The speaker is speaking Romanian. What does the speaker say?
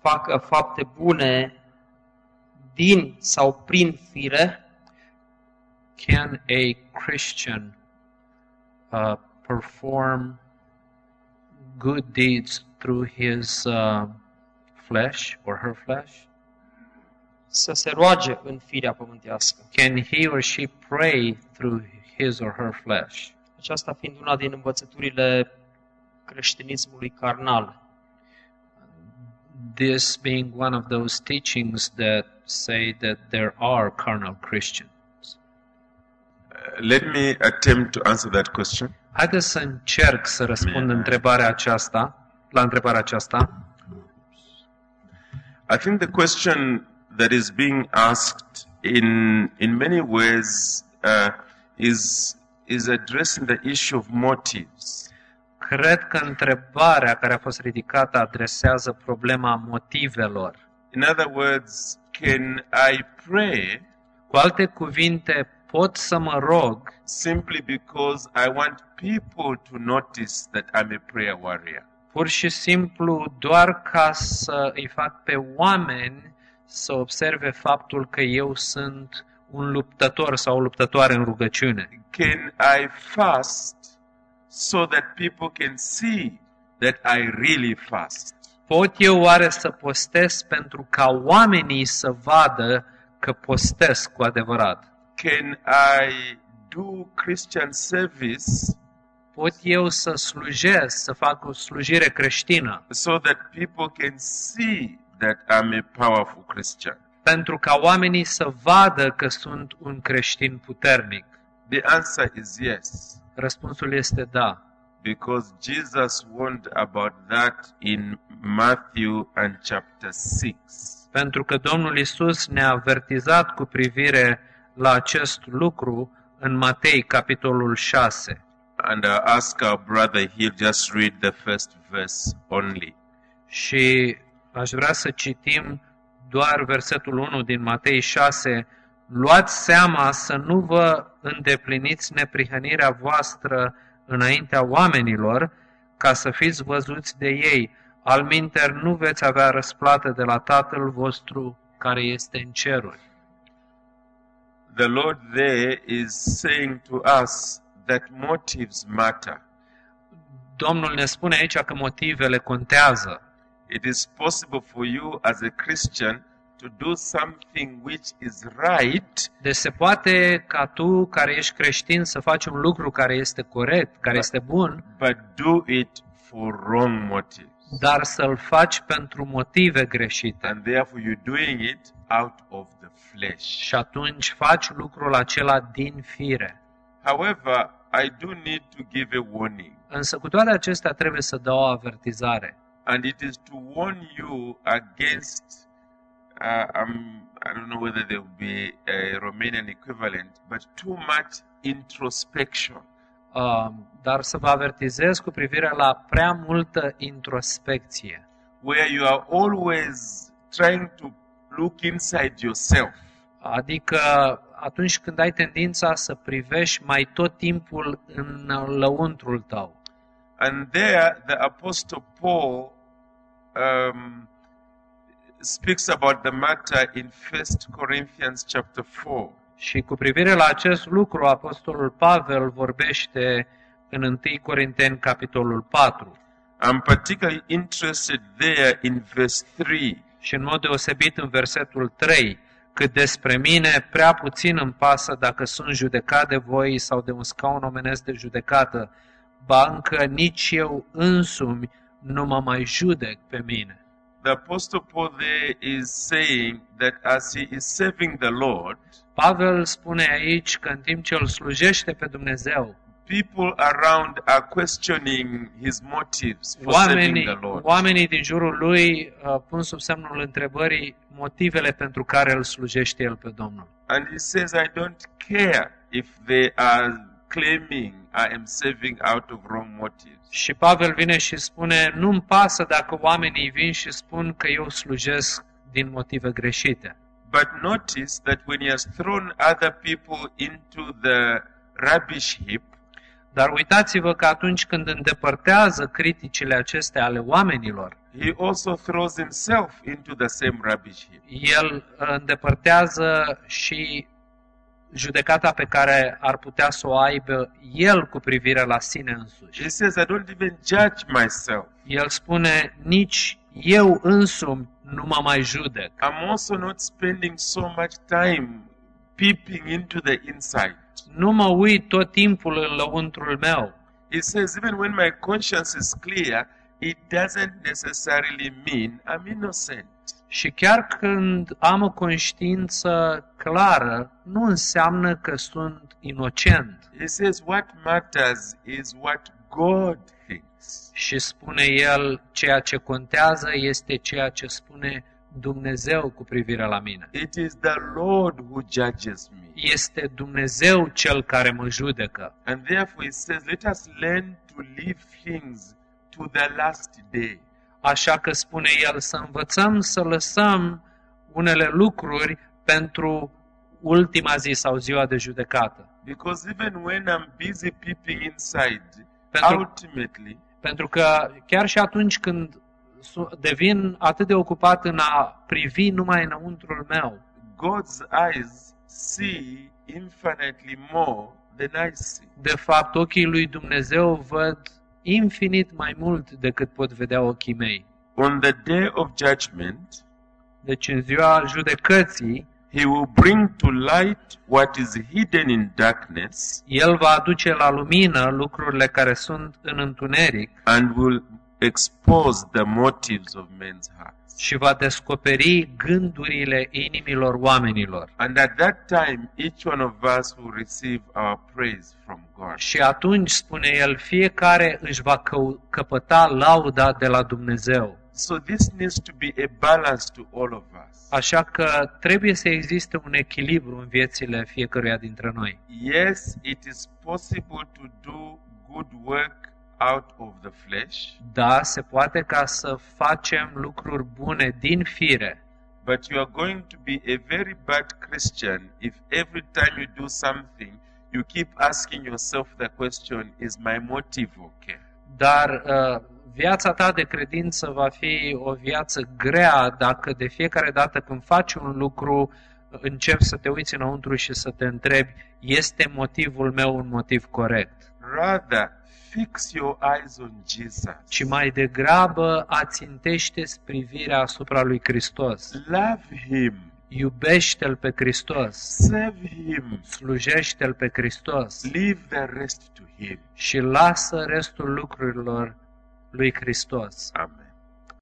facă fapte bune din sau prin fire, Can a Christian uh, perform good deeds through his uh, flesh or her flesh? să se roage în firea pământească. Can he or she pray through his or her flesh? Aceasta fiind una din învățăturile creștinismului carnal. This being one of those teachings that say that there are carnal Christians. Let me attempt to answer that question. Haideți să încerc să răspund întrebarea aceasta, la întrebarea aceasta. I think the question that is being asked in in many ways uh, is is addressing the issue of motives. Cred că întrebarea care a fost ridicată adresează problema motivelor. In other words, can I pray Cu alte cuvinte, pot să mă rog simply because I want people to notice that I'm a prayer warrior? pur și simplu doar ca să îi fac pe oameni să observe faptul că eu sunt un luptător sau o luptătoare în rugăciune. Can I fast so that people can see that I really fast? Pot eu oare să postez pentru ca oamenii să vadă că postez cu adevărat? Can I do Christian service Pot eu să slujesc, să fac o slujire creștină, so that people can see that I'm a powerful Christian? pentru ca oamenii să vadă că sunt un creștin puternic? The answer is yes, Răspunsul este da. because Jesus warned about that in Matthew and chapter 6. pentru că Domnul Isus ne-a avertizat cu privire la acest lucru în Matei, capitolul 6. And I ask our brother, he'll just read the first verse only. Și aș vrea să citim doar versetul 1 din Matei 6. Luați seama să nu vă îndepliniți neprihănirea voastră înaintea oamenilor, ca să fiți văzuți de ei. Alminter nu veți avea răsplată de la Tatăl vostru care este în ceruri. The Lord there is saying to us that motives matter. Domnul ne spune aici că motivele contează. It is possible for you as a Christian to do something which is right, Deci se poate ca tu, care ești creștin, să faci un lucru care este corect, care este bun, but do it for wrong motives. dar să-l faci pentru motive greșite. And therefore, you're doing it out of the flesh. Și atunci faci lucrul acela din fire. However, I do need to give a warning, Însă cu toate acestea trebuie să dau o avertizare. and it is to warn you against. Uh, um, I don't know whether there will be a Romanian equivalent, but too much introspection. Uh, Dar să vă avertizez cu privire la prea multă introspecție. where you are always trying to look inside yourself. Adică atunci când ai tendința să privești mai tot timpul în lăuntrul tău. And there, the Apostle Paul um, speaks about the matter in 1 Corinthians chapter 4. Și cu privire la acest lucru, Apostolul Pavel vorbește în 1 Corinteni, capitolul 4, I'm particularly interested there in verse 3. și în mod deosebit în versetul 3, cât despre mine, prea puțin îmi pasă dacă sunt judecat de voi sau de un scaun omenesc de judecată, ba încă nici eu însumi nu mă mai judec pe mine. The Apostle Paul there is saying that as he is serving the Lord, Pavel spune aici că în timp ce îl slujește pe Dumnezeu, people around are questioning his motives for serving the Oamenii, Lord. oamenii din jurul lui uh, pun sub semnul întrebării motivele pentru care îl slujește el pe Domnul. And he says, I don't care if they are claiming I am serving out of wrong motives. Și Pavel vine și spune, nu-mi pasă dacă oamenii vin și spun că eu slujesc din motive greșite. But notice that when he has thrown other people into the rubbish heap, Dar uitați-vă că atunci când îndepărtează criticile acestea ale oamenilor, he also throws himself into the same rubbish heap. el uh, îndepărtează și judecata pe care ar putea să o aibă el cu privire la sine însuși. He says, I don't even judge myself. El spune, nici eu însumi nu mă mai judec. I'm also not spending so much time peeping into the inside. Nu mă uit tot timpul în lăuntrul meu. He says, even when my conscience is clear, it doesn't necessarily mean I'm innocent. Și chiar când am o conștiință clară, nu înseamnă că sunt inocent. He says, what matters is what God thinks. Și spune el, ceea ce contează este ceea ce spune Dumnezeu cu privire la mine. It is the Lord who judges me. Este Dumnezeu cel care mă judecă. And therefore, he says, let us learn to leave things to the last day. Așa că spune el să învățăm să lăsăm unele lucruri pentru ultima zi sau ziua de judecată. Because even when I'm busy peeping inside, Pentru- ultimately, Pentru că chiar și atunci când su- devin atât de ocupat în a privi numai înăuntrul meu, God's eyes see infinitely more than I see. de fapt ochii lui Dumnezeu văd infinit mai mult decât pot vedea ochii mei. On the day of judgment, Deci în ziua judecății, He will bring to light what is hidden in darkness El va aduce la lumină lucrurile care sunt în întuneric and will expose the motives of men's hearts. și va descoperi gândurile inimilor oamenilor. And at that time, each one of us will receive our praise from God. Și atunci, spune el, fiecare își va cău- căpăta lauda de la Dumnezeu. So this needs to be a balance to all of us. Așa că trebuie să existe un echilibru în viețile fiecăruia dintre noi. Yes, it is possible to do good work out of the flesh, Da, se poate ca să facem lucruri bune din fire, but you are going to be a very bad Christian if every time you do something, you keep asking yourself the question, is my motive okay? dar uh, viața ta de credință va fi o viață grea dacă de fiecare dată când faci un lucru începi să te uiți înăuntru și să te întrebi este motivul meu un motiv corect? Rather, fix your eyes on Jesus. Ci mai degrabă ațintește privirea asupra lui Hristos. Love him. Iubește-L pe Hristos. Serve him. slujește-L pe Hristos Leave the rest to him. și lasă restul lucrurilor lui Hristos. Amen.